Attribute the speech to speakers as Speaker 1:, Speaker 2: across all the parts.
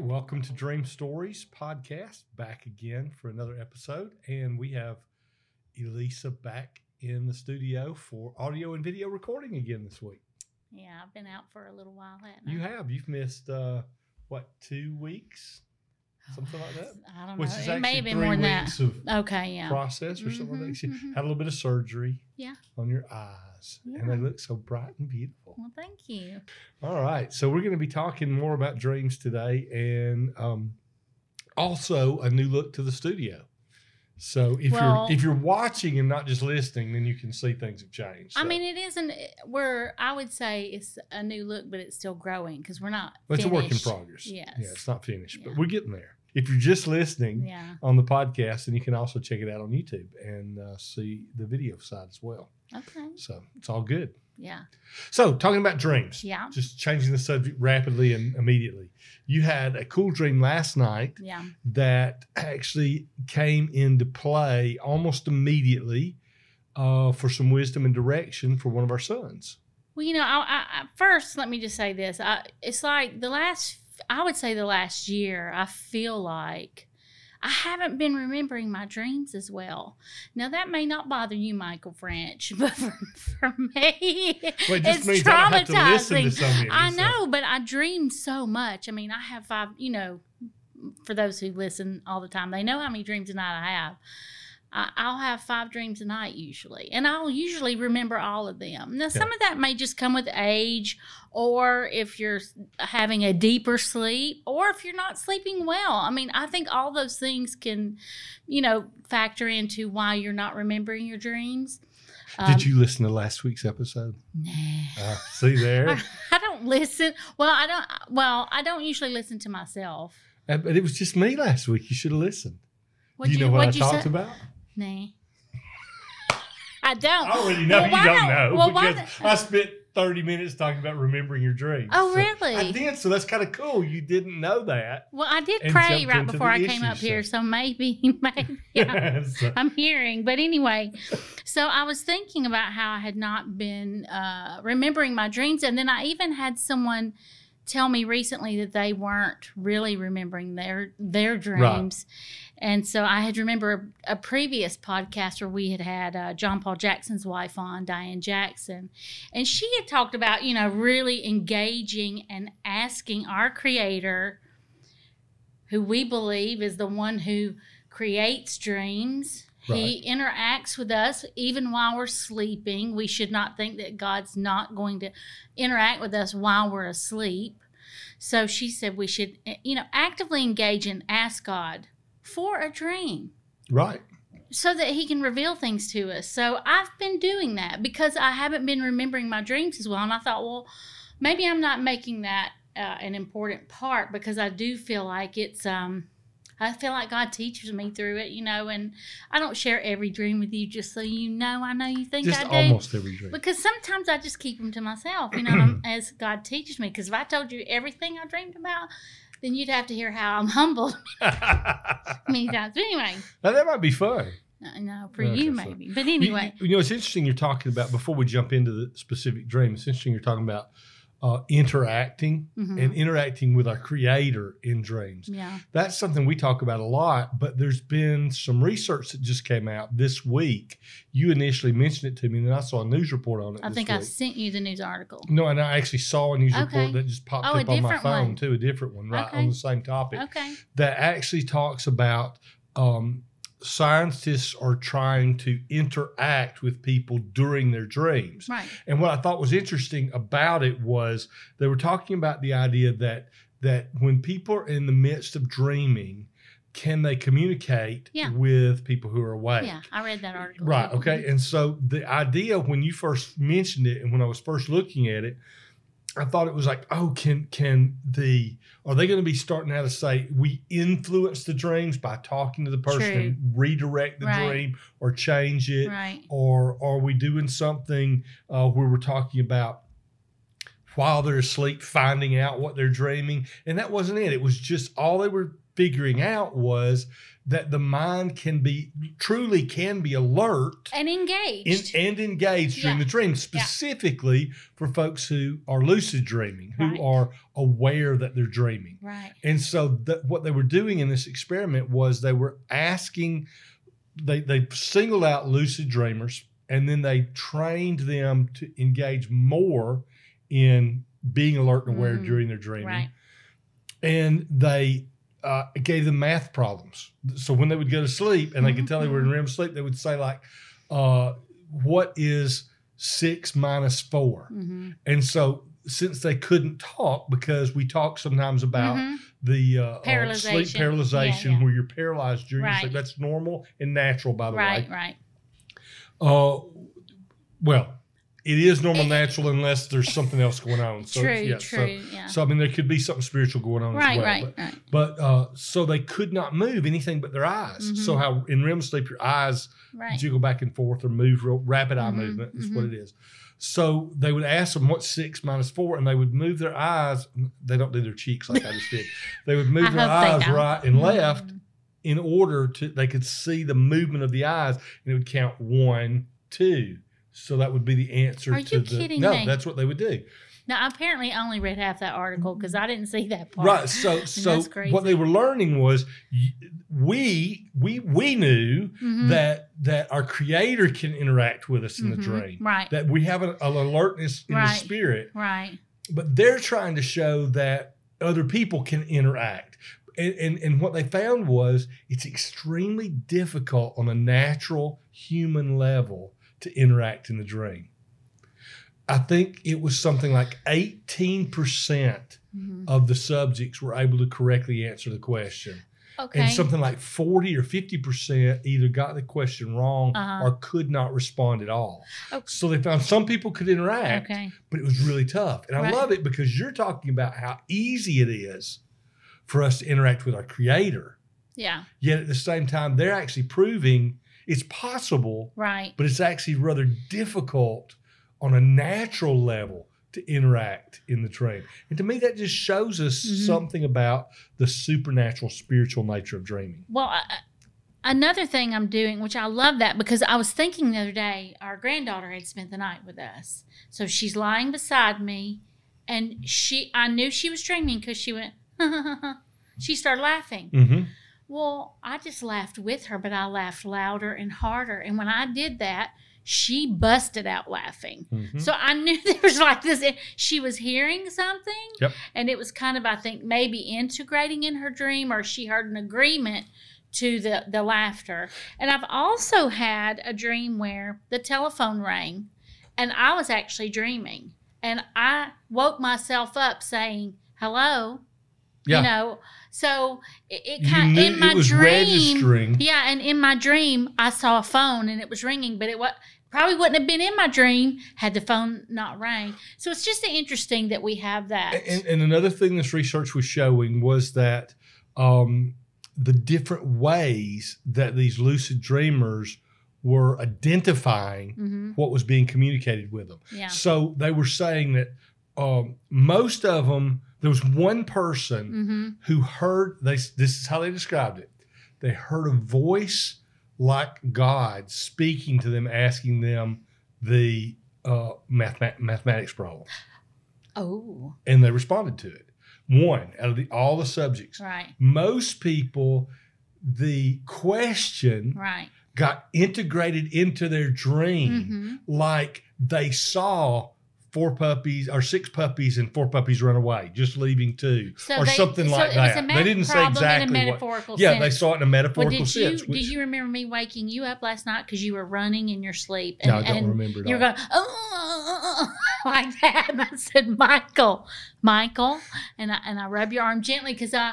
Speaker 1: Welcome to Dream Stories podcast, back again for another episode. And we have Elisa back in the studio for audio and video recording again this week.
Speaker 2: Yeah, I've been out for a little while, have
Speaker 1: You have, you've missed, uh, what, two weeks? Something like that?
Speaker 2: I don't
Speaker 1: Which
Speaker 2: know.
Speaker 1: is
Speaker 2: It may
Speaker 1: actually
Speaker 2: have been
Speaker 1: three
Speaker 2: more than that.
Speaker 1: weeks of
Speaker 2: Okay, yeah. Mm-hmm,
Speaker 1: process or something like that. She had a little bit of surgery
Speaker 2: Yeah.
Speaker 1: on your eyes, and
Speaker 2: mm-hmm. Yeah.
Speaker 1: they look so bright and beautiful.
Speaker 2: Well, thank you.
Speaker 1: All right. So we're going to be talking more about dreams today and um, also a new look to the studio. So if
Speaker 2: Well-
Speaker 1: you're if you're watching and not just listening, then you can see things have changed.
Speaker 2: I
Speaker 1: So-
Speaker 2: mean, it isn't where I would say it's a new look, but it's still growing because we're not.
Speaker 1: But it's a work in
Speaker 2: finished.
Speaker 1: progress.
Speaker 2: Yes.
Speaker 1: Yeah, it's not finished,
Speaker 2: Yeah.
Speaker 1: but we're getting there. If you're just listening
Speaker 2: Yeah,
Speaker 1: on the podcast, then you can also check it out on YouTube and uh, see the video side as well.
Speaker 2: okay.
Speaker 1: So it's all good.
Speaker 2: Yeah,
Speaker 1: So talking about dreams,
Speaker 2: yeah,
Speaker 1: just changing the subject rapidly and immediately. You had a cool dream last night.
Speaker 2: yeah.
Speaker 1: that actually came into play almost immediately uh, for some wisdom and direction for one of our sons.
Speaker 2: Well, you know, I, I, I, first, let me just say this. I, it's like the last, I would say the last year, I feel like I haven't been remembering my dreams as well. Now, that may not bother you, Michael French, but for, for me,
Speaker 1: Well, it
Speaker 2: It's traumatizing.
Speaker 1: some of it, uh,
Speaker 2: I
Speaker 1: so-
Speaker 2: know, but I dream so much. I mean, I have five, you know, for those who listen all the time, they know how many dreams a night I have. I, I'll have five dreams a night usually, and I'll usually remember all of them. Now, some of that may just come with age, or if you're s- having a deeper sleep, or if you're not sleeping well. I mean, I think all those things can, you know, factor into why you're not remembering your dreams. Um,
Speaker 1: Did you listen to last week's episode?
Speaker 2: Nah.
Speaker 1: Uh, see there,
Speaker 2: I don't listen. Well, I don't. Well, I don't usually listen to myself.
Speaker 1: Uh, but it was just me last week. You should have listened.
Speaker 2: What'd
Speaker 1: Do you, know what I
Speaker 2: what'd
Speaker 1: talked
Speaker 2: say?
Speaker 1: about?
Speaker 2: Nah. I don't.
Speaker 1: already
Speaker 2: know Oh, Well, you why don't don't- know well, why because don't- I
Speaker 1: spent thirty minutes talking about remembering your dreams.
Speaker 2: Oh, really?
Speaker 1: I did. So that's kind of cool. You didn't know that.
Speaker 2: well, I did
Speaker 1: And
Speaker 2: pray
Speaker 1: jumped
Speaker 2: right
Speaker 1: into
Speaker 2: before
Speaker 1: the
Speaker 2: I came up
Speaker 1: issues,
Speaker 2: here, so maybe, maybe I-
Speaker 1: So-
Speaker 2: I'm hearing. But anyway, so I was thinking about how I had not been uh, remembering my dreams, and then I even had someone tell me recently that they weren't really remembering their their dreams. And so I had remember a, a previous podcast where we had had uh, John Paul Jackson's wife on, Diane Jackson, and she had talked about you know really engaging and asking our Creator, who we believe is the one who creates dreams. He interacts with us even while we're sleeping. We should not think that God's not going to interact with us while we're asleep. So she said we should, eh, you know, actively engage and ask God for a dream
Speaker 1: right.
Speaker 2: so that he can reveal things to us. So I've been doing that because I haven't been remembering my dreams as well. And I thought, well, maybe I'm not making that uh, an important part because I do feel like it's, um, I feel like God teaches me through it, you know, and I don't share every dream with you just so you know. I know you think
Speaker 1: Just
Speaker 2: I do.
Speaker 1: almost every dream.
Speaker 2: Because sometimes I just keep them to myself, you know, um, as God teaches me. Because if I told you everything I dreamed about, then you'd have to hear how I'm humbled
Speaker 1: now
Speaker 2: many times. But anyway,
Speaker 1: that might be fun.
Speaker 2: no, no for
Speaker 1: Okay,
Speaker 2: you
Speaker 1: so-
Speaker 2: maybe. But
Speaker 1: You-
Speaker 2: anyway,
Speaker 1: you, you know, it's interesting you're talking about, before we jump into the specific dream, it's interesting you're talking about uh, interacting
Speaker 2: Mhm.
Speaker 1: and interacting with our creator in dreams.
Speaker 2: yeah,
Speaker 1: That's something we talk about a lot, but there's been some research that just came out this week. You initially mentioned it to me, and then I saw a news report on it.
Speaker 2: I
Speaker 1: this
Speaker 2: think I
Speaker 1: week.
Speaker 2: sent you the news article.
Speaker 1: No, and I actually saw a news
Speaker 2: Okay.
Speaker 1: report that just popped
Speaker 2: Oh, a
Speaker 1: up on my
Speaker 2: different
Speaker 1: phone,
Speaker 2: one.
Speaker 1: too, a different one, right,
Speaker 2: Okay.
Speaker 1: on the same topic.
Speaker 2: Okay,
Speaker 1: that actually talks about um, scientists are trying to interact with people during their dreams.
Speaker 2: right.
Speaker 1: And what I thought was interesting about it was they were talking about the idea that that when people are in the midst of dreaming, can they communicate
Speaker 2: Yeah.
Speaker 1: with people who are awake?
Speaker 2: Yeah, I read that article.
Speaker 1: Right. Okay. And so the idea when you first mentioned it, and when I was first looking at it, I thought it was like, oh, can can the are they going to be starting out to say we influence the dreams by talking to the person
Speaker 2: True.
Speaker 1: and redirect the
Speaker 2: Right.
Speaker 1: dream or change it,
Speaker 2: Mm-hmm. Right.
Speaker 1: or are we doing something uh, where we're talking about while they're asleep finding out what they're dreaming? And that wasn't it. It was just all they were figuring out was that the mind can be truly can be alert
Speaker 2: and
Speaker 1: in,
Speaker 2: engaged.
Speaker 1: and engaged during
Speaker 2: Yeah.
Speaker 1: the dream, specifically for folks who are lucid dreaming, who
Speaker 2: Right.
Speaker 1: are aware that they're dreaming.
Speaker 2: right.
Speaker 1: And so that what they were doing in this experiment was they were asking, they they singled out lucid dreamers, and then they trained them to engage more in being alert and aware
Speaker 2: Mm,
Speaker 1: during their dreaming.
Speaker 2: Right.
Speaker 1: And they uh, gave them math problems. So when they would go to sleep and they could tell they were in
Speaker 2: Mhm.
Speaker 1: REM sleep, they would say like, uh, "What is six minus four?
Speaker 2: Mm-hmm.
Speaker 1: And so since they couldn't talk because we talk sometimes about
Speaker 2: Mm-hmm.
Speaker 1: the uh, uh, sleep
Speaker 2: Paralyzation.
Speaker 1: paralyzation
Speaker 2: Yeah, yeah.
Speaker 1: where you're paralyzed during your
Speaker 2: Right.
Speaker 1: sleep. That's normal and natural, by the
Speaker 2: Right.
Speaker 1: way.
Speaker 2: Right.
Speaker 1: Uh, well, it is normal,
Speaker 2: It-
Speaker 1: natural, unless there's something else going on. So,
Speaker 2: Eh. true.
Speaker 1: yeah, so-
Speaker 2: true. yeah.
Speaker 1: So, I mean, there could be something spiritual going on as
Speaker 2: right.
Speaker 1: well.
Speaker 2: right. Right.
Speaker 1: But, but uh, so they could not move anything but their eyes.
Speaker 2: Mhm.
Speaker 1: So how in REM sleep your eyes
Speaker 2: Right.
Speaker 1: jiggle back and forth or move real rapid eye
Speaker 2: Mhm,
Speaker 1: movement is what it is. So they would ask them what's six minus four, and they would move their eyes. They don't do their cheeks like I just did. They would move
Speaker 2: I
Speaker 1: their
Speaker 2: hope
Speaker 1: eyes
Speaker 2: they don't.
Speaker 1: right and left
Speaker 2: Mhm.
Speaker 1: in order to they could see the movement of the eyes, and it would count one, two. So that would be the answer
Speaker 2: Are
Speaker 1: to
Speaker 2: you
Speaker 1: the
Speaker 2: kidding
Speaker 1: no.
Speaker 2: me?
Speaker 1: That's what they would do.
Speaker 2: Now, I apparently only read half that article because I didn't see that part.
Speaker 1: Right. So so
Speaker 2: crazy.
Speaker 1: what they were learning was y- we we we knew
Speaker 2: Mhm.
Speaker 1: that that our Creator can interact with us in the
Speaker 2: Mhm.
Speaker 1: dream.
Speaker 2: Right.
Speaker 1: that we have an, an alertness in the
Speaker 2: Right.
Speaker 1: spirit,
Speaker 2: right.
Speaker 1: but they're trying to show that other people can interact. And, and, and what they found was it's extremely difficult on a natural human level to interact in the dream. I think it was something like 18%
Speaker 2: Mhm.
Speaker 1: of the subjects were able to correctly answer the question.
Speaker 2: Okay.
Speaker 1: And something like 40 or 50% either got the question wrong
Speaker 2: Uh-huh.
Speaker 1: or could not respond at all.
Speaker 2: Okay.
Speaker 1: So they found some people could interact,
Speaker 2: okay.
Speaker 1: but it was really tough. And I
Speaker 2: Right.
Speaker 1: love it because you're talking about how easy it is for us to interact with our creator.
Speaker 2: Yeah.
Speaker 1: Yet at the same time, they're actually proving it's possible,
Speaker 2: Right.
Speaker 1: but it's actually rather difficult on a natural level to interact in the dream. And to me, that just shows us
Speaker 2: Mhm.
Speaker 1: something about the supernatural, spiritual nature of dreaming.
Speaker 2: Well, I, I- another thing I'm doing, which I love that because I was thinking the other day, our granddaughter had spent the night with us, so she's lying beside me, and she, I knew she was dreaming because she went, she started laughing.
Speaker 1: Mm-hmm.
Speaker 2: Well, I just laughed with her, but I laughed louder and harder, and when I did that, she busted out laughing.
Speaker 1: Mm-hmm.
Speaker 2: So I knew there was like this. She was hearing something,
Speaker 1: Yep.
Speaker 2: and it was kind of I think maybe integrating in her dream, or she heard an agreement to the the laughter. And I've also had a dream where the telephone rang, and I was actually dreaming, and I woke myself up saying hello.
Speaker 1: Yeah.
Speaker 2: You know, so it, it
Speaker 1: You
Speaker 2: kind
Speaker 1: knew
Speaker 2: in my
Speaker 1: it was
Speaker 2: dream.
Speaker 1: registering.
Speaker 2: Yeah, and in my dream, I saw a phone and it was ringing, but it wa- probably wouldn't have been in my dream had the phone not rang. So it's just interesting that we have that.
Speaker 1: And, and another thing this research was showing was that um, the different ways that these lucid dreamers were identifying
Speaker 2: hmm
Speaker 1: what was being communicated with them.
Speaker 2: Yeah.
Speaker 1: So they were saying that um, most of them, there was one person
Speaker 2: hmm
Speaker 1: who heard, they, this is how they described it. They heard a voice like God speaking to them, asking them the uh, mathema- mathematics problem.
Speaker 2: Oh,
Speaker 1: and they responded to it. One out of the, all the subjects.
Speaker 2: right,
Speaker 1: Most people, the question
Speaker 2: right.
Speaker 1: got integrated into their dream,
Speaker 2: hmm
Speaker 1: like they saw four puppies or six puppies and four puppies run away, just leaving two
Speaker 2: So
Speaker 1: or
Speaker 2: they-
Speaker 1: something
Speaker 2: so
Speaker 1: like
Speaker 2: it was a
Speaker 1: that.
Speaker 2: math
Speaker 1: They didn't say
Speaker 2: problem
Speaker 1: exactly
Speaker 2: in
Speaker 1: what.
Speaker 2: a metaphorical
Speaker 1: Yeah, they
Speaker 2: sense.
Speaker 1: saw it in a
Speaker 2: well,
Speaker 1: metaphorical
Speaker 2: did you
Speaker 1: sense. which-
Speaker 2: did you remember me waking you up last night because you were running in your sleep?
Speaker 1: no, I don't remember it
Speaker 2: You're
Speaker 1: all.
Speaker 2: going, oh, like that. And I said, Michael, Michael. And I, and I rub your arm gently because I,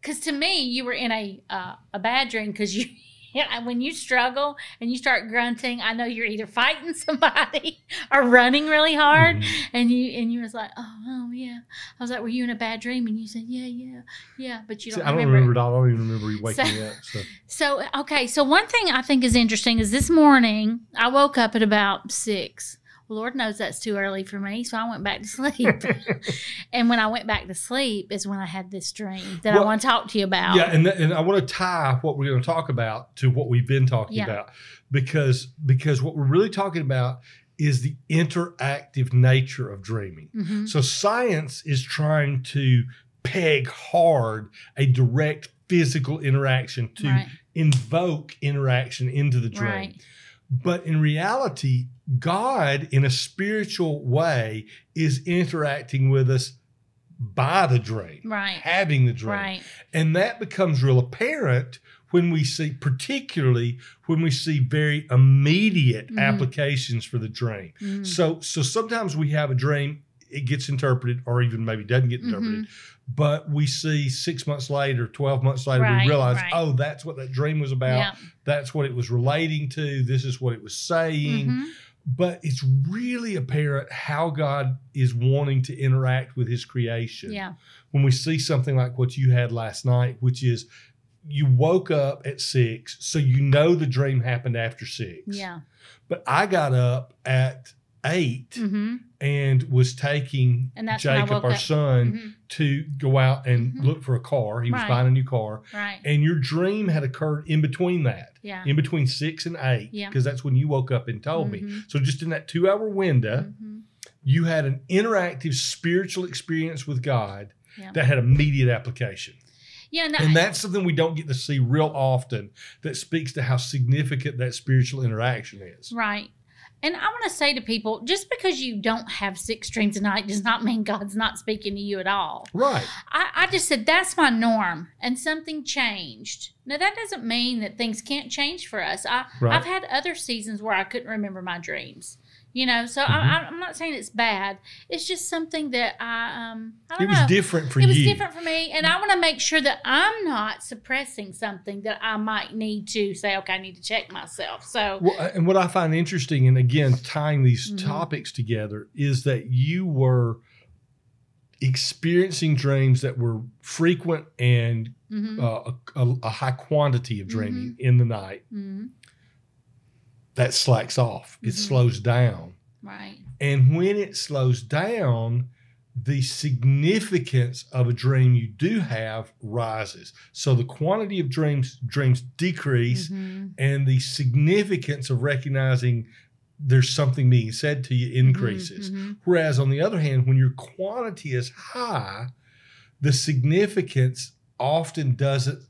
Speaker 2: because to me, you were in a, uh, a bad dream because you, when you struggle and you start grunting, I know you're either fighting somebody or running really hard.
Speaker 1: Mhm.
Speaker 2: And you, and you was like, oh, oh, yeah. I was like, were you in a bad dream? And you said, yeah, yeah, yeah. But you
Speaker 1: See,
Speaker 2: don't
Speaker 1: I don't
Speaker 2: remember. it.
Speaker 1: remember it all. I don't even remember you waking
Speaker 2: So-
Speaker 1: me up. So.
Speaker 2: So, okay. So, one thing I think is interesting is this morning I woke up at about six Lord knows that's too early for me. So I went back to sleep. and when I went back to sleep is when I had this dream that I
Speaker 1: Well,
Speaker 2: want to talk to you about.
Speaker 1: Yeah, and, th- and I want to tie what we're going to talk about to what we've been talking
Speaker 2: Yeah.
Speaker 1: about because because what we're really talking about is the interactive nature of dreaming.
Speaker 2: Mhm.
Speaker 1: So science is trying to peg hard a direct physical interaction to
Speaker 2: Right.
Speaker 1: invoke interaction into the dream.
Speaker 2: Right.
Speaker 1: But in reality, God in a spiritual way is interacting with us by the dream,
Speaker 2: Right.
Speaker 1: having the dream.
Speaker 2: Right.
Speaker 1: And that becomes real apparent when we see, particularly when we see very immediate
Speaker 2: Mhm.
Speaker 1: applications for the dream.
Speaker 2: Mm.
Speaker 1: So, so sometimes we have a dream, it gets interpreted, or even maybe doesn't get interpreted.
Speaker 2: Mm-hmm.
Speaker 1: But we see six months later, twelve months later,
Speaker 2: Right,
Speaker 1: we realize,
Speaker 2: right.
Speaker 1: oh, that's what that dream was about.
Speaker 2: Yeah.
Speaker 1: That's what it was relating to. This is what it was saying.
Speaker 2: Mhm.
Speaker 1: But it's really apparent how God is wanting to interact with His creation
Speaker 2: Yeah.
Speaker 1: when we see something like what you had last night, which is you woke up at six, so you know the dream happened after six.
Speaker 2: Yeah.
Speaker 1: But I got up at 8
Speaker 2: hmm
Speaker 1: and was taking
Speaker 2: And that's when I
Speaker 1: Jacob,
Speaker 2: woke
Speaker 1: our
Speaker 2: up.
Speaker 1: son,
Speaker 2: Mm-hmm.
Speaker 1: to go out and
Speaker 2: Mhm.
Speaker 1: look for a car. He was
Speaker 2: Right.
Speaker 1: buying a new car.
Speaker 2: Right.
Speaker 1: And your dream had occurred in between that,
Speaker 2: Yeah.
Speaker 1: in between six and eight,
Speaker 2: Yeah.
Speaker 1: because that's when you woke up and told me.
Speaker 2: Mhm.
Speaker 1: So just in that two hour window,
Speaker 2: Mhm.
Speaker 1: you had an interactive spiritual experience with God
Speaker 2: Yeah.
Speaker 1: that had immediate application.
Speaker 2: Yeah. No,
Speaker 1: And that's something we don't get to see real often that speaks to how significant that spiritual interaction is.
Speaker 2: Right. And I want to say to people just because you don't have six dreams a night does not mean God's not speaking to you at all.
Speaker 1: Right.
Speaker 2: I, I just said that's my norm and something changed. Now, that doesn't mean that things can't change for us. I,
Speaker 1: Right.
Speaker 2: I've had other seasons where I couldn't remember my dreams. You know, so I,
Speaker 1: Mhm.
Speaker 2: I'm not saying it's bad. It's just something that I, um, I
Speaker 1: It
Speaker 2: don't
Speaker 1: was
Speaker 2: know.
Speaker 1: different for
Speaker 2: it was
Speaker 1: you.
Speaker 2: different for me, and I want to make sure that I'm not suppressing something that I might need to say. Okay, I need to check myself. So,
Speaker 1: Well, and what I find interesting, and again, tying these
Speaker 2: Mhm.
Speaker 1: topics together, is that you were experiencing dreams that were frequent and
Speaker 2: mhm.
Speaker 1: uh, a, a- a high quantity of dreaming
Speaker 2: Mm-hmm.
Speaker 1: in the night.
Speaker 2: Mhm.
Speaker 1: That slacks off, it
Speaker 2: Mhm.
Speaker 1: slows down.
Speaker 2: right?
Speaker 1: And when it slows down, the significance of a dream you do have rises. So the quantity of dreams dreams decrease
Speaker 2: Mhm.
Speaker 1: and the significance of recognizing there's something being said to you increases.
Speaker 2: Mhm.
Speaker 1: Whereas on the other hand, when your quantity is high, the significance often doesn't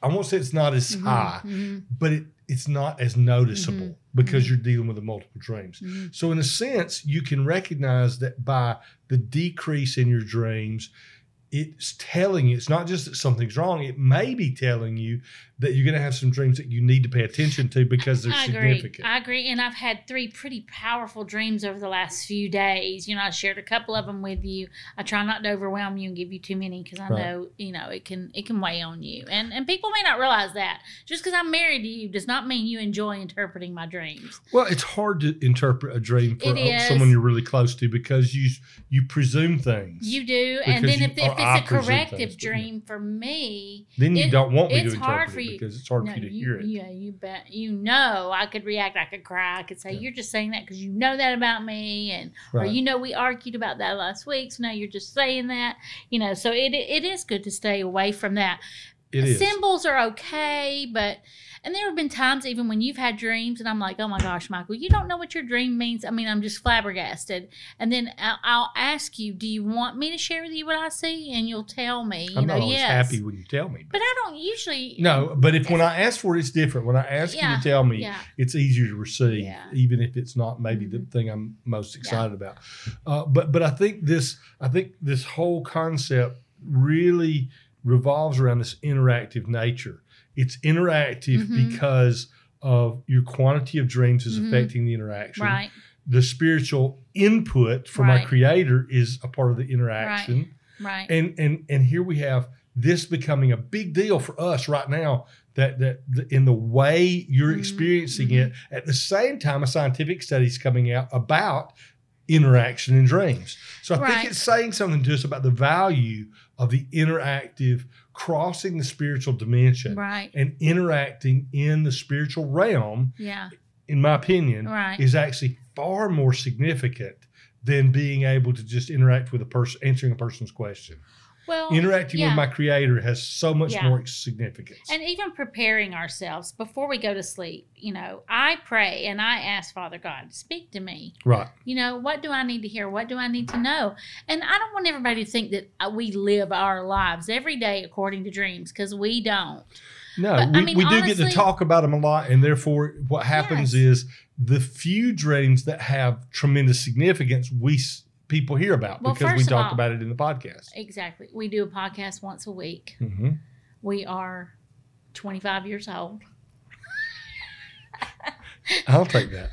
Speaker 1: I won't say it's not as
Speaker 2: Mhm.
Speaker 1: high,
Speaker 2: Mhm.
Speaker 1: but it, it's not as noticeable
Speaker 2: Mhm.
Speaker 1: because
Speaker 2: Mhm.
Speaker 1: you're dealing with the multiple dreams.
Speaker 2: Mhm.
Speaker 1: So, in a sense, you can recognize that by the decrease in your dreams, it's telling you, it's not just that something's wrong, it may be telling you that you're going to have some dreams that you need to pay attention to because they're
Speaker 2: I agree.
Speaker 1: significant.
Speaker 2: I agree. And I've had three pretty powerful dreams over the last few days. You know, I shared a couple of them with you. I try not to overwhelm you and give you too many because I
Speaker 1: Right.
Speaker 2: know you know it can it can weigh on you. And and people may not realize that just because I'm married to you does not mean you enjoy interpreting my dreams.
Speaker 1: well, it's hard to interpret a dream for uh,
Speaker 2: It is.
Speaker 1: someone you're really close to because you you presume things.
Speaker 2: You do. and
Speaker 1: Because
Speaker 2: then
Speaker 1: you-
Speaker 2: if, if
Speaker 1: or I
Speaker 2: it's a
Speaker 1: presume
Speaker 2: corrective
Speaker 1: things, but yeah.
Speaker 2: dream for me,
Speaker 1: then you
Speaker 2: it-
Speaker 1: don't want me to
Speaker 2: it's hard
Speaker 1: interpret
Speaker 2: for
Speaker 1: it
Speaker 2: you-
Speaker 1: because it's hard
Speaker 2: No,
Speaker 1: for you to
Speaker 2: you,
Speaker 1: hear it.
Speaker 2: Yeah, you bet. You know, I could react. I could cry. I could say,
Speaker 1: Yeah.
Speaker 2: "You're just saying that because you know that about me," and
Speaker 1: right.
Speaker 2: or you know, we argued about that last week. So now you're just saying that. You know, so it it is good to stay away from that.
Speaker 1: it is.
Speaker 2: Symbols are okay, but and there have been times even when you've had dreams, and I'm like, "Oh my gosh, Michael, you don't know what your dream means." I mean, I'm just flabbergasted. And then I'll, I'll ask you, "Do you want me to share with you what I see?" And you'll tell me. You
Speaker 1: I'm
Speaker 2: know,
Speaker 1: not always
Speaker 2: yes.
Speaker 1: happy when you tell me.
Speaker 2: But I don't usually.
Speaker 1: no, but if when I ask for it, it's different. When I ask you
Speaker 2: Yeah,
Speaker 1: to tell me,
Speaker 2: Yeah.
Speaker 1: it's easier to receive,
Speaker 2: Yeah. Mm-hmm.
Speaker 1: even if it's not maybe the thing I'm most excited about. Uh, but but I think this I think this whole concept really revolves around this interactive nature. It's interactive
Speaker 2: Mhm.
Speaker 1: because of your quantity of dreams is
Speaker 2: Mhm.
Speaker 1: affecting the interaction.
Speaker 2: Right.
Speaker 1: The spiritual input from
Speaker 2: Right.
Speaker 1: our creator is a part of the interaction.
Speaker 2: Right.
Speaker 1: And and and here we have this becoming a big deal for us right now. That that the, in the way you're
Speaker 2: Mhm,
Speaker 1: experiencing
Speaker 2: mhm.
Speaker 1: it, at the same time, a scientific study's coming out about interaction in dreams. So I
Speaker 2: Right.
Speaker 1: think it's saying something to us about the value of the interactive crossing the spiritual dimension
Speaker 2: right.
Speaker 1: and interacting in the spiritual realm
Speaker 2: Yeah.
Speaker 1: in my opinion,
Speaker 2: Right.
Speaker 1: is actually far more significant than being able to just interact with a person, answering a person's question.
Speaker 2: Well,
Speaker 1: Interacting
Speaker 2: Oh, yeah.
Speaker 1: with my creator has so much
Speaker 2: Yeah.
Speaker 1: more significance.
Speaker 2: And even preparing ourselves before we go to sleep, you know, I pray and I ask Father God, speak to me.
Speaker 1: right.
Speaker 2: You know, what do I need to hear? What do I need to know? And I don't want everybody to think that uh, we live our lives every day according to dreams because we don't.
Speaker 1: No,
Speaker 2: But,
Speaker 1: we,
Speaker 2: I mean,
Speaker 1: we do get to
Speaker 2: honestly-
Speaker 1: talk about them a lot, and therefore, what happens is the few dreams that have tremendous significance, we s- people hear about
Speaker 2: Well,
Speaker 1: because we
Speaker 2: first of
Speaker 1: talk
Speaker 2: all-
Speaker 1: about it in the podcast.
Speaker 2: Exactly. We do a podcast once a week.
Speaker 1: hmm
Speaker 2: We are 25 years old.
Speaker 1: I'll take that.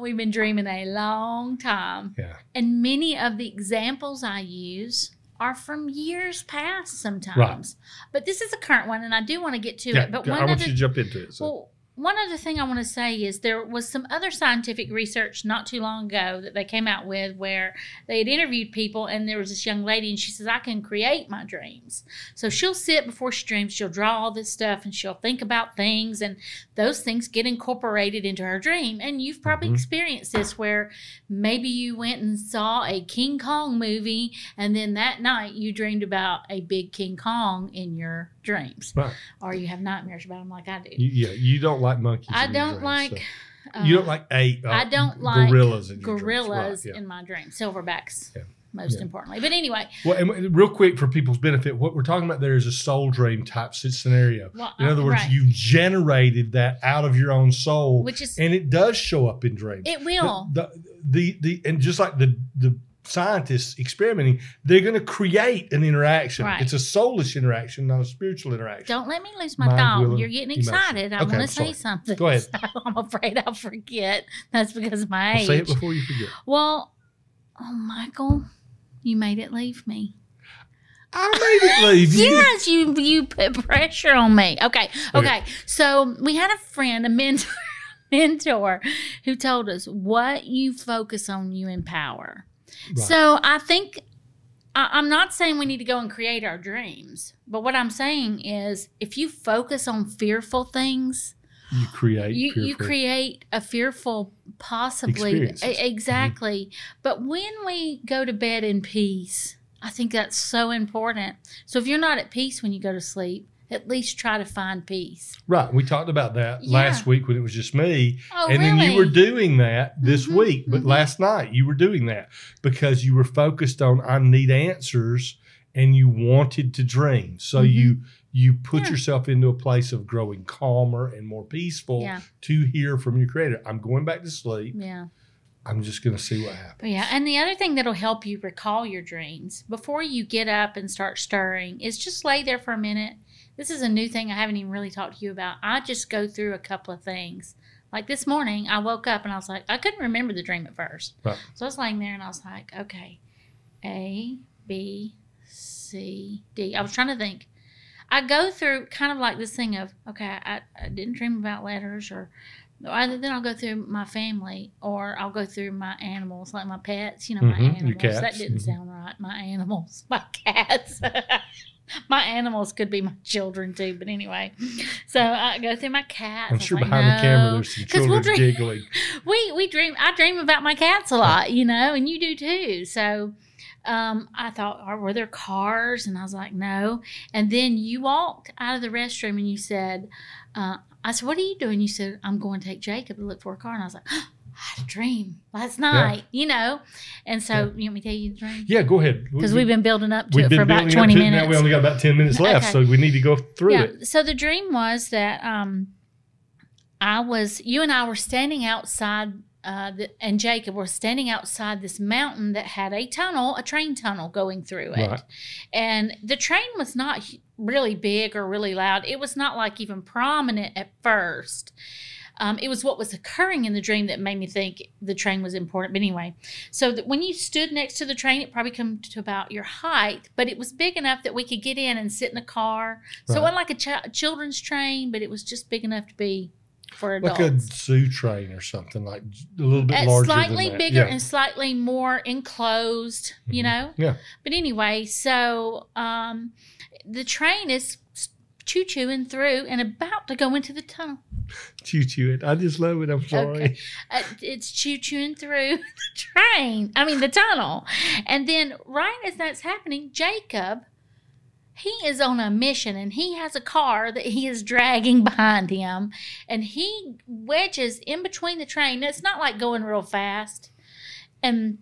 Speaker 2: We've been dreaming a long time.
Speaker 1: Yeah.
Speaker 2: And many of the examples I use are from years past sometimes. But this is a current one and I do want to get to
Speaker 1: yeah.
Speaker 2: it. But
Speaker 1: I
Speaker 2: one
Speaker 1: want
Speaker 2: other
Speaker 1: you to jump into it. So.
Speaker 2: Well, one other thing I want to say is there was some other scientific research not too long ago that they came out with where they had interviewed people, and there was this young lady, and she says, I can create my dreams. So she'll sit before she dreams, she'll draw all this stuff, and she'll think about things, and those things get incorporated into her dream. And you've probably
Speaker 1: Mhm.
Speaker 2: experienced this where maybe you went and saw a King Kong movie, and then that night you dreamed about a big King Kong in your dreams,
Speaker 1: Right.
Speaker 2: or you have nightmares about them like I do.
Speaker 1: You, yeah, you don't like monkeys.
Speaker 2: I
Speaker 1: in your
Speaker 2: don't
Speaker 1: dreams,
Speaker 2: like.
Speaker 1: so-
Speaker 2: uh,
Speaker 1: you don't like ape. uh,
Speaker 2: I don't like
Speaker 1: gorillas. In your dreams, right,
Speaker 2: gorillas
Speaker 1: yeah.
Speaker 2: in my dream. Silverbacks,
Speaker 1: Yeah.
Speaker 2: most
Speaker 1: Yeah.
Speaker 2: importantly. But anyway,
Speaker 1: Well, and real quick for people's benefit, what we're talking about there is a soul dream type s- scenario.
Speaker 2: well,
Speaker 1: In other
Speaker 2: uh,
Speaker 1: words,
Speaker 2: right.
Speaker 1: you generated that out of your own soul,
Speaker 2: which is
Speaker 1: and it does show up in dreams.
Speaker 2: it
Speaker 1: The-
Speaker 2: will.
Speaker 1: The, the the and just like the the scientists experimenting, they're going to create an interaction.
Speaker 2: Right.
Speaker 1: It's a soulless interaction, not a spiritual interaction.
Speaker 2: don't let me lose my
Speaker 1: Mind
Speaker 2: thought.
Speaker 1: willing
Speaker 2: You're getting
Speaker 1: emotion.
Speaker 2: excited. I
Speaker 1: Okay,
Speaker 2: want
Speaker 1: I'm
Speaker 2: to say
Speaker 1: sorry.
Speaker 2: something.
Speaker 1: Go ahead.
Speaker 2: So I'm afraid I'll forget. That's because of my
Speaker 1: I'll say it
Speaker 2: age.
Speaker 1: before you forget.
Speaker 2: Well, oh Michael, you made it leave me.
Speaker 1: I made it leave you.
Speaker 2: Yes, you you put pressure on me. Okay, okay. So we had a friend, a mentor, mentor, who told us what you focus on, you empower.
Speaker 1: Right.
Speaker 2: So I think I, I'm not saying we need to go and create our dreams, but what I'm saying is if you focus on fearful things,
Speaker 1: you create.
Speaker 2: you, you
Speaker 1: fearful.
Speaker 2: create a fearful possibly
Speaker 1: Experiences. Mm-hmm.
Speaker 2: e- exactly but when we go to bed in peace i think that's so important so if you're not at peace when you go to sleep at least try to find peace
Speaker 1: Right. We talked about that
Speaker 2: Yeah.
Speaker 1: last week when it was just me.
Speaker 2: oh
Speaker 1: and
Speaker 2: really
Speaker 1: then you were doing that this
Speaker 2: Mhm,
Speaker 1: week, but
Speaker 2: mhm.
Speaker 1: last night you were doing that because you were focused on I need answers and you wanted to dream. So
Speaker 2: Mhm.
Speaker 1: you you put
Speaker 2: Yeah.
Speaker 1: yourself into a place of growing calmer and more peaceful
Speaker 2: yeah
Speaker 1: to hear from your creator. I'm going back to sleep.
Speaker 2: yeah
Speaker 1: I'm just going to see what happens.
Speaker 2: But yeah and the other thing that'll help you recall your dreams before you get up and start stirring is just lay there for a minute this is a new thing i haven't even really talked to you about i just go through a couple of things like this morning i woke up and i was like i couldn't remember the dream at first
Speaker 1: Right.
Speaker 2: so i was laying there and i was like okay a b c d i was trying to think i go through kind of like this thing of okay i, I didn't dream about letters or either then i'll go through my family or i'll go through my animals like my pets you know my
Speaker 1: Mhm,
Speaker 2: animals
Speaker 1: your
Speaker 2: that
Speaker 1: cats,
Speaker 2: didn't
Speaker 1: mhm.
Speaker 2: sound right my animals my cats my animals could be my children too but anyway so i go through my cats
Speaker 1: I'm
Speaker 2: I was
Speaker 1: sure
Speaker 2: like,
Speaker 1: behind the
Speaker 2: "No."
Speaker 1: camera there's some
Speaker 2: 'cause we'll
Speaker 1: children
Speaker 2: dream-
Speaker 1: giggling.
Speaker 2: we we dream i dream about my cats a lot you know and you do too so um, i thought "Are- were there cars and i was like no and then you walked out of the restroom and you said uh, i said what are you doing you said i'm going to take jacob to look for a car and i was like I had a dream last night, you know, and so
Speaker 1: Yeah.
Speaker 2: you want me to tell you the dream?
Speaker 1: Yeah, go ahead.
Speaker 2: because we've been building up to
Speaker 1: we've
Speaker 2: it
Speaker 1: been
Speaker 2: for about
Speaker 1: building up
Speaker 2: 20
Speaker 1: to it.
Speaker 2: minutes.
Speaker 1: Now we only got about 10 minutes left, so we need to go through it.
Speaker 2: So the dream was that um, I was, you and I were standing outside, uh, the, and Jacob were standing outside this mountain that had a tunnel, a train tunnel going through it.
Speaker 1: Right.
Speaker 2: And the train was not hu- really big or really loud. It was not like even prominent at first. Um, it was what was occurring in the dream that made me think the train was important. But anyway, so that when you stood next to the train, it probably come to about your height, but it was big enough that we could get in and sit in the car. So it
Speaker 1: Right.
Speaker 2: wasn't like a chi- children's train, but it was just big enough to be for adults.
Speaker 1: Like a zoo train or something, like a little bit
Speaker 2: Uh,
Speaker 1: larger. than
Speaker 2: slightly
Speaker 1: that.
Speaker 2: bigger
Speaker 1: Yeah.
Speaker 2: and slightly more enclosed, you
Speaker 1: Mhm.
Speaker 2: know?
Speaker 1: Yeah.
Speaker 2: But anyway, so um, the train is choo chooing through and about to go into the tunnel.
Speaker 1: Choo choo it. I just love it. I'm sorry.
Speaker 2: Okay. Uh, it's choo chooing through the train. I mean, the tunnel. And then, right as that's happening, Jacob, he is on a mission and he has a car that he is dragging behind him. And he wedges in between the train. It's not like going real fast. And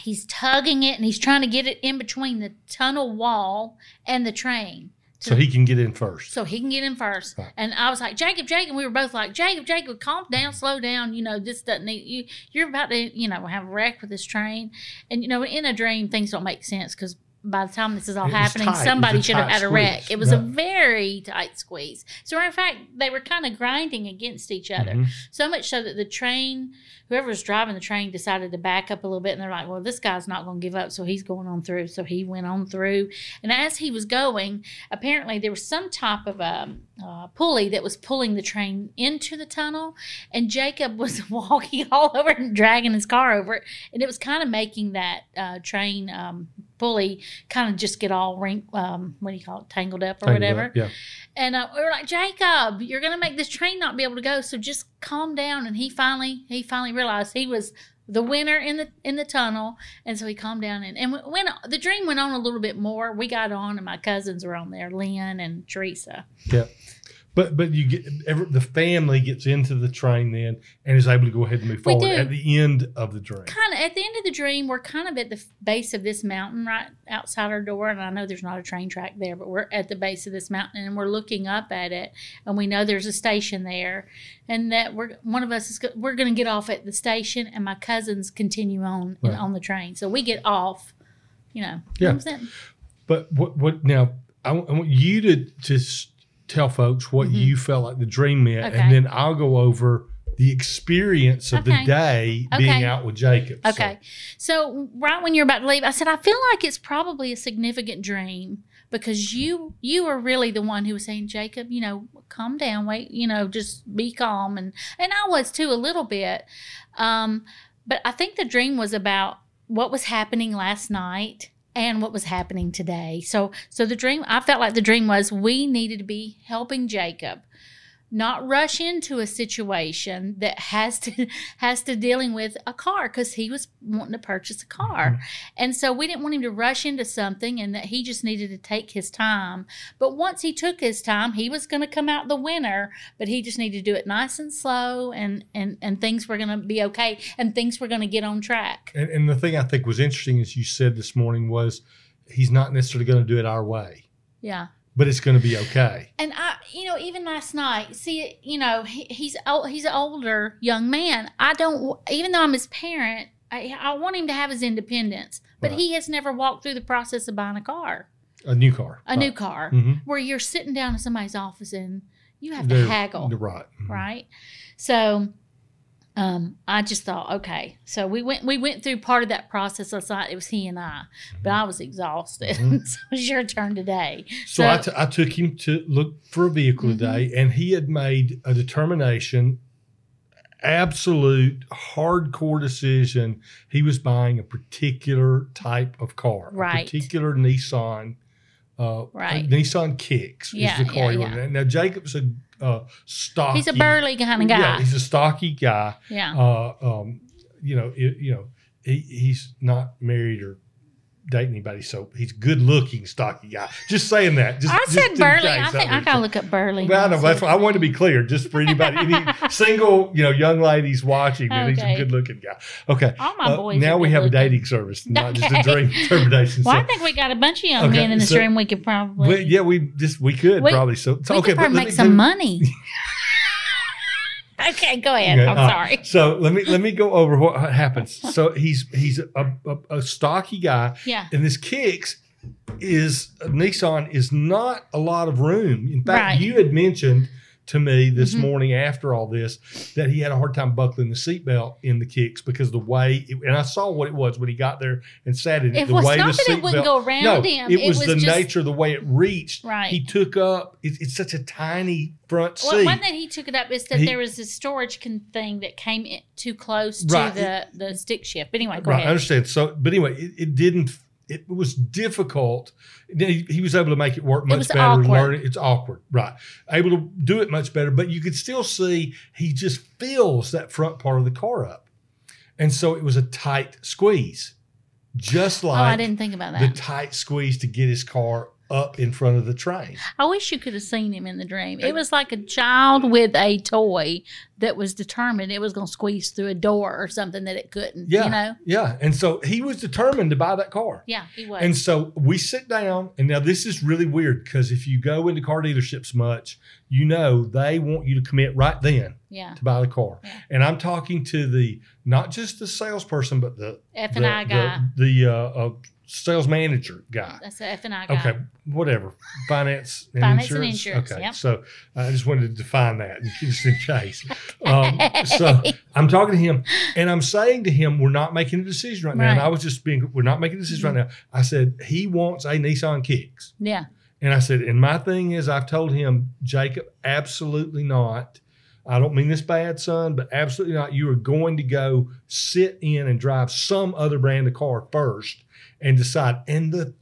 Speaker 2: he's tugging it and he's trying to get it in between the tunnel wall and the train.
Speaker 1: So he can get in first.
Speaker 2: So he can get in first.
Speaker 1: Right.
Speaker 2: And I was like, Jacob, Jacob, we were both like, Jacob, Jacob, calm down, slow down. You know, this doesn't need you. You're about to, you know, have a wreck with this train. And, you know, in a dream, things don't make sense because by the time this is all
Speaker 1: It was
Speaker 2: happening,
Speaker 1: tight. It was
Speaker 2: somebody
Speaker 1: a
Speaker 2: should have
Speaker 1: tight
Speaker 2: had a wreck.
Speaker 1: squeeze.
Speaker 2: It was a
Speaker 1: Right.
Speaker 2: very tight squeeze. So, in fact, they were kind of grinding against each other.
Speaker 1: Mhm.
Speaker 2: So much so that the train, whoever was driving the train, decided to back up a little bit. And they're like, well, this guy's not going to give up. So he's going on through. So he went on through. And as he was going, apparently there was some type of um, uh, pulley that was pulling the train into the tunnel. And Jacob was walking all over it and dragging his car over it. And it was kind of making that uh, train um, pulley kind of just get all rink, um, what do you call it, tangled up or
Speaker 1: Tangled
Speaker 2: whatever.
Speaker 1: up. Yeah.
Speaker 2: And uh, we were like, Jacob, you're gonna make this train not be able to go. So just calm down. And he finally, he finally realized he was the winner in the in the tunnel. And so he calmed down. And and when the dream went on a little bit more, we got on, and my cousins were on there, Lynn and Teresa.
Speaker 1: But but you get every, the family gets into the train then and is able to go ahead and move
Speaker 2: We
Speaker 1: forward
Speaker 2: do.
Speaker 1: at the end of the train.
Speaker 2: Kind of at the end of the dream, we're kind of at the f- base of this mountain right outside our door. And I know there's not a train track there, but we're at the base of this mountain and we're looking up at it. And we know there's a station there, and that we're one of us is go, we're going to get off at the station, and my cousins continue on
Speaker 1: Right.
Speaker 2: on the train. So we get off. You know,
Speaker 1: Yeah.
Speaker 2: you know what I'm saying?
Speaker 1: But what what now? I want I want you to just tell folks what
Speaker 2: Mhm.
Speaker 1: you felt like the dream meant,
Speaker 2: Okay.
Speaker 1: and then I'll go over the experience of
Speaker 2: Okay.
Speaker 1: the day
Speaker 2: Okay.
Speaker 1: being out with Jacob. So,
Speaker 2: Okay. So right when you're about to leave, I said I feel like it's probably a significant dream because you you are really the one who was saying Jacob, you know, calm down, wait, you know, just be calm and and I was too a little bit. Um but I think the dream was about what was happening last night and what was happening today. So so the dream I felt like the dream was we needed to be helping Jacob not rush into a situation that has to has to dealing with a car because he was wanting to purchase a car and so we didn't want him to rush into something and that he just needed to take his time but once he took his time he was going to come out the winner but he just needed to do it nice and slow and and and things were going to be okay and things were going to get on track
Speaker 1: And, and the thing I think was interesting is you said this morning was he's not necessarily going to do it our way,
Speaker 2: yeah
Speaker 1: but it's going to be okay.
Speaker 2: And I, you know, even last night, see, you know, he, he's old, he's an older young man. I don't, w- even though I'm his parent, I, I want him to have his independence. But
Speaker 1: Right.
Speaker 2: he has never walked through the process of buying a car,
Speaker 1: A new car.
Speaker 2: a new car,
Speaker 1: hmm
Speaker 2: where you're sitting down in somebody's office and you have to haggle,
Speaker 1: right. Mhm.
Speaker 2: right? So, um, I just thought, okay, so we went we went through part of that process last night. It was he and I, but
Speaker 1: Mm-hmm.
Speaker 2: I was exhausted.
Speaker 1: Mhm.
Speaker 2: so it's your turn today.
Speaker 1: So, I I,
Speaker 2: So-
Speaker 1: t- I took him to look for a vehicle
Speaker 2: Mhm.
Speaker 1: today, and he had made a determination, absolute hardcore decision. He was buying a particular type of car,
Speaker 2: Right.
Speaker 1: a particular Nissan. Uh,
Speaker 2: Right.
Speaker 1: Nissan Kicks
Speaker 2: Yeah,
Speaker 1: is the car
Speaker 2: yeah,
Speaker 1: he wanted. Now Jacob's a uh, stocky.
Speaker 2: He's a burly kind of guy.
Speaker 1: Yeah, he's a stocky guy.
Speaker 2: yeah.
Speaker 1: Uh, um, you know, it, you know, he, he's not married or dating anybody, so he's good looking, stocky guy. Just saying that. Just,
Speaker 2: I
Speaker 1: just
Speaker 2: said
Speaker 1: in
Speaker 2: Burley.
Speaker 1: case
Speaker 2: I think I
Speaker 1: was-
Speaker 2: gotta look up Burley.
Speaker 1: Well, I, know,
Speaker 2: now,
Speaker 1: that's
Speaker 2: so-
Speaker 1: why I wanted to be clear, just for anybody, any single, you know, young ladies watching, that he's
Speaker 2: Okay.
Speaker 1: a good-looking guy. Okay,
Speaker 2: All my
Speaker 1: uh,
Speaker 2: boys.
Speaker 1: now
Speaker 2: are
Speaker 1: we
Speaker 2: good
Speaker 1: have a
Speaker 2: looking.
Speaker 1: dating service, not just a
Speaker 2: Okay.
Speaker 1: dream termination.
Speaker 2: Well, I
Speaker 1: so-
Speaker 2: think we got a bunch of young
Speaker 1: Okay,
Speaker 2: men in this
Speaker 1: so-
Speaker 2: room. We could probably.
Speaker 1: well, yeah, we just we could
Speaker 2: We-
Speaker 1: probably. So, so
Speaker 2: we
Speaker 1: okay,
Speaker 2: could probably
Speaker 1: let
Speaker 2: make
Speaker 1: me-
Speaker 2: some
Speaker 1: let me-
Speaker 2: money. okay, go ahead.
Speaker 1: Okay,
Speaker 2: I'm
Speaker 1: all
Speaker 2: sorry.
Speaker 1: So let me let me go over what happens. So he's he's a, a, a stocky guy.
Speaker 2: Yeah.
Speaker 1: and this kicks is uh, Nissan is not a lot of room. In fact,
Speaker 2: Right.
Speaker 1: you had mentioned to me this
Speaker 2: Mhm.
Speaker 1: morning after all this that he had a hard time buckling the seatbelt in the kicks because the way it, and I saw what it was when he got there and sat in it.
Speaker 2: It
Speaker 1: the
Speaker 2: was
Speaker 1: way
Speaker 2: not
Speaker 1: the
Speaker 2: that it wouldn't
Speaker 1: seatbelt-
Speaker 2: go around
Speaker 1: no,
Speaker 2: him.
Speaker 1: it was, the
Speaker 2: just,
Speaker 1: nature of the way it reached.
Speaker 2: Right.
Speaker 1: He took up. It, it's such a tiny front
Speaker 2: Well,
Speaker 1: seat.
Speaker 2: one that he took it up is that
Speaker 1: He-
Speaker 2: there was a storage con- thing that came in too close to
Speaker 1: Right.
Speaker 2: the, the stick shift. But anyway, go
Speaker 1: right, I
Speaker 2: ahead.
Speaker 1: understand. So, but anyway, it, it didn't it was difficult. Then He, he was able to make it work much
Speaker 2: was
Speaker 1: better.
Speaker 2: awkward.
Speaker 1: Learning it's awkward, right? Able to do it much better, but you could still see he just fills that front part of the car up, and so it was a tight squeeze, just
Speaker 2: oh, I
Speaker 1: like
Speaker 2: didn't think about
Speaker 1: the
Speaker 2: that.
Speaker 1: tight squeeze to get his car up in front of the train.
Speaker 2: I wish you could have seen him in the dream. It was like a child with a toy that was determined it was going to squeeze through a door or something that it couldn't.
Speaker 1: Yeah.
Speaker 2: You know?
Speaker 1: Yeah, and so he was determined to buy that car.
Speaker 2: Yeah, he was.
Speaker 1: And so we sit down, and now this is really weird because if you go into car dealerships much, you know they want you to commit right then
Speaker 2: yeah.
Speaker 1: to buy the car.
Speaker 2: Yeah.
Speaker 1: And I'm talking to the not just the salesperson, but the
Speaker 2: F
Speaker 1: the,
Speaker 2: and I guy.
Speaker 1: the, the, uh, uh, sales manager guy.
Speaker 2: That's the F and I guy.
Speaker 1: Okay, whatever. Finance and
Speaker 2: Finance and
Speaker 1: insurance.
Speaker 2: insurance,
Speaker 1: Okay,
Speaker 2: yep.
Speaker 1: so I just wanted to define that just in case. Um, so I'm talking to him and I'm saying to him, We're not making a decision right now. And
Speaker 2: Right.
Speaker 1: I was just being, We're not making a decision right now. I said, He wants a Nissan Kicks.
Speaker 2: Yeah.
Speaker 1: And I said, And my thing is, I've told him, Jacob, absolutely not. I don't mean this bad, son, but absolutely not. You are going to go sit in and drive some other brand of car first and decide. And the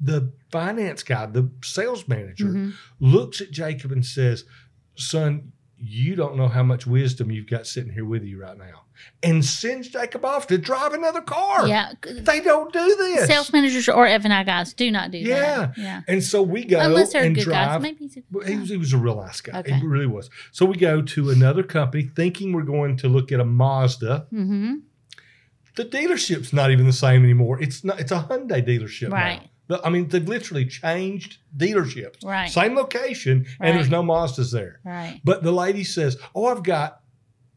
Speaker 1: the finance guy, the sales manager,
Speaker 2: Mhm.
Speaker 1: looks at Jacob and says, Son, you don't know how much wisdom you've got sitting here with you right now. And sends Jacob off to drive another car.
Speaker 2: Yeah.
Speaker 1: They don't do this.
Speaker 2: Sales managers or F and I guys do not do
Speaker 1: Yeah.
Speaker 2: that. Yeah.
Speaker 1: and so we go
Speaker 2: Unless they're
Speaker 1: and
Speaker 2: good guys.
Speaker 1: drive.
Speaker 2: Maybe he's a good
Speaker 1: Well, he
Speaker 2: guy.
Speaker 1: was, he was a real nice guy.
Speaker 2: Okay.
Speaker 1: He really was. So we go to another company thinking we're going to look at a Mazda.
Speaker 2: Mm-hmm.
Speaker 1: The dealership's not even the same anymore. It's not. It's a Hyundai dealership
Speaker 2: Right.
Speaker 1: now. The- I mean, they've literally changed dealerships.
Speaker 2: Right.
Speaker 1: Same location, and there's
Speaker 2: Right.
Speaker 1: no Mazdas there.
Speaker 2: Right.
Speaker 1: But the lady says, "Oh, I've got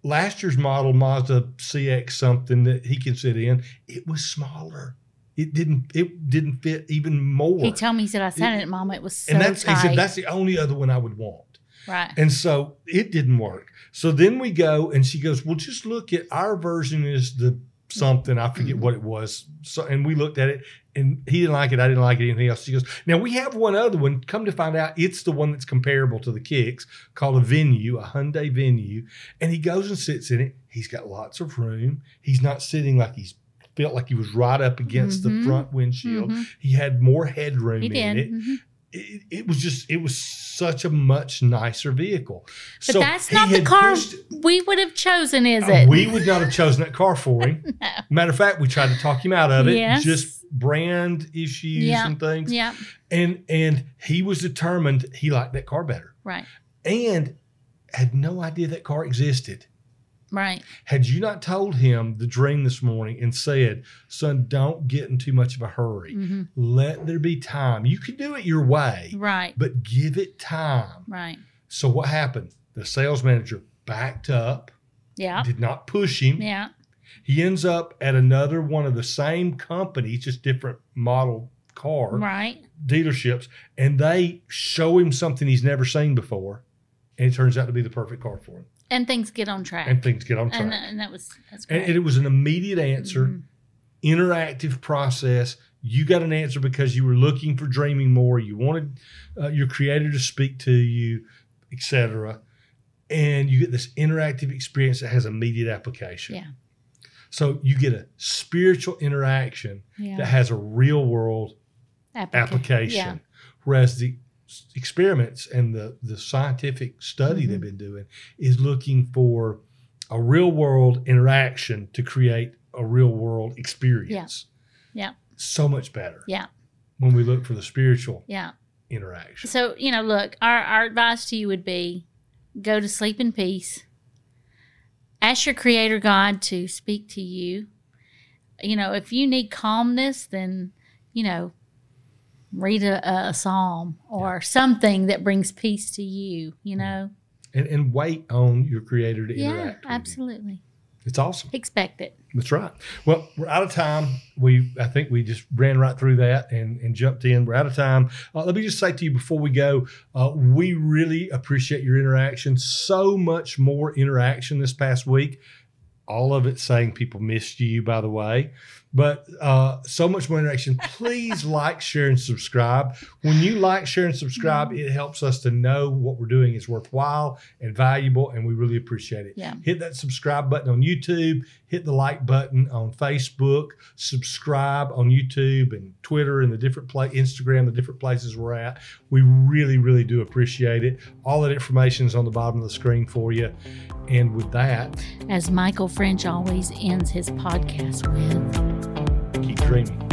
Speaker 1: last year's model Mazda CX something that he can sit in. It was smaller. It didn't. It didn't fit even more.
Speaker 2: He told me he said I sat in it, Mama. It was so
Speaker 1: and that's
Speaker 2: tight.
Speaker 1: he said that's the only other one I would want.
Speaker 2: right.
Speaker 1: And so it didn't work. So then we go, and she goes, "Well, just look at our version is the something I forget what it was." So and we looked at it, and he didn't like it. I didn't like it. Anything else? She goes, "Now we have one other one. Come to find out, it's the one that's comparable to the Kicks, called a Venue, a Hyundai Venue." And he goes and sits in it. He's got lots of room. He's not sitting like he's felt like he was right up against
Speaker 2: Mhm.
Speaker 1: the front windshield.
Speaker 2: Mhm.
Speaker 1: He had more headroom
Speaker 2: He
Speaker 1: in
Speaker 2: did.
Speaker 1: it
Speaker 2: Mhm.
Speaker 1: it, it was just it was such a much nicer vehicle.
Speaker 2: But that's not the car we would have chosen, is
Speaker 1: Uh,
Speaker 2: it?
Speaker 1: we would not have chosen that car for him.
Speaker 2: No.
Speaker 1: Matter of fact, we tried to talk him out of it.
Speaker 2: Yes.
Speaker 1: Just brand issues
Speaker 2: Yeah.
Speaker 1: and things.
Speaker 2: Yeah.
Speaker 1: And and he was determined he liked that car better.
Speaker 2: Right.
Speaker 1: And had no idea that car existed.
Speaker 2: Right.
Speaker 1: Had you not told him the dream this morning and said, son, don't get in too much of a hurry.
Speaker 2: hmm
Speaker 1: Let there be time. You can do it your way,
Speaker 2: Right.
Speaker 1: but give it time.
Speaker 2: Right.
Speaker 1: So what happened? The sales manager backed up,
Speaker 2: Yeah.
Speaker 1: did not push him.
Speaker 2: Yeah.
Speaker 1: He ends up at another one of the same companies, just different model car
Speaker 2: Right.
Speaker 1: dealerships, and they show him something he's never seen before. And it turns out to be the perfect car for him.
Speaker 2: And things get on track.
Speaker 1: And things get on track.
Speaker 2: and,
Speaker 1: And,
Speaker 2: and that was that's
Speaker 1: and,
Speaker 2: great.
Speaker 1: it was an immediate answer,
Speaker 2: Mhm.
Speaker 1: interactive process. You got an answer because you were looking for dreaming more. You wanted uh, your creator to speak to you, etc. And you get this interactive experience that has immediate application.
Speaker 2: Yeah.
Speaker 1: So you get a spiritual interaction
Speaker 2: Mm-hmm, Yeah.
Speaker 1: that has a real world
Speaker 2: Applica-
Speaker 1: application.
Speaker 2: Yeah.
Speaker 1: Whereas the s- experiments and the, the scientific study they've been
Speaker 2: Mhm.
Speaker 1: doing is looking for a real world interaction to create a real world experience.
Speaker 2: Yeah.
Speaker 1: So much better.
Speaker 2: Yeah.
Speaker 1: When we look for the spiritual
Speaker 2: Yeah.
Speaker 1: interaction.
Speaker 2: So, you know, look, our, our advice to you would be go to sleep in peace. Ask your creator God to speak to you. You know, if you need calmness, then, you know, read a, a psalm or something that brings peace to you, you know?
Speaker 1: And, and wait on your creator to
Speaker 2: Yeah,
Speaker 1: interact. with you.
Speaker 2: absolutely.
Speaker 1: It's awesome.
Speaker 2: Expect it.
Speaker 1: That's right. Well, we're out of time. We I think we just ran right through that and, and jumped in. We're out of time. Uh, let me just say to you before we go, uh, we really appreciate your interaction. So much more interaction this past week. all of it saying people missed you, by the way. But uh, so much more interaction. Please like, share, and subscribe. When you like, share, and subscribe, it helps us to know what we're doing is worthwhile and valuable, and we really appreciate it.
Speaker 2: Yeah.
Speaker 1: Hit that subscribe button on YouTube, hit the like button on Facebook, subscribe on YouTube and Twitter and the different pla Instagram, the different places we're at. We really, really do appreciate it. All that information is on the bottom of the screen for you. And with that,
Speaker 2: As Michael French always ends his podcast with.
Speaker 1: keep dreaming.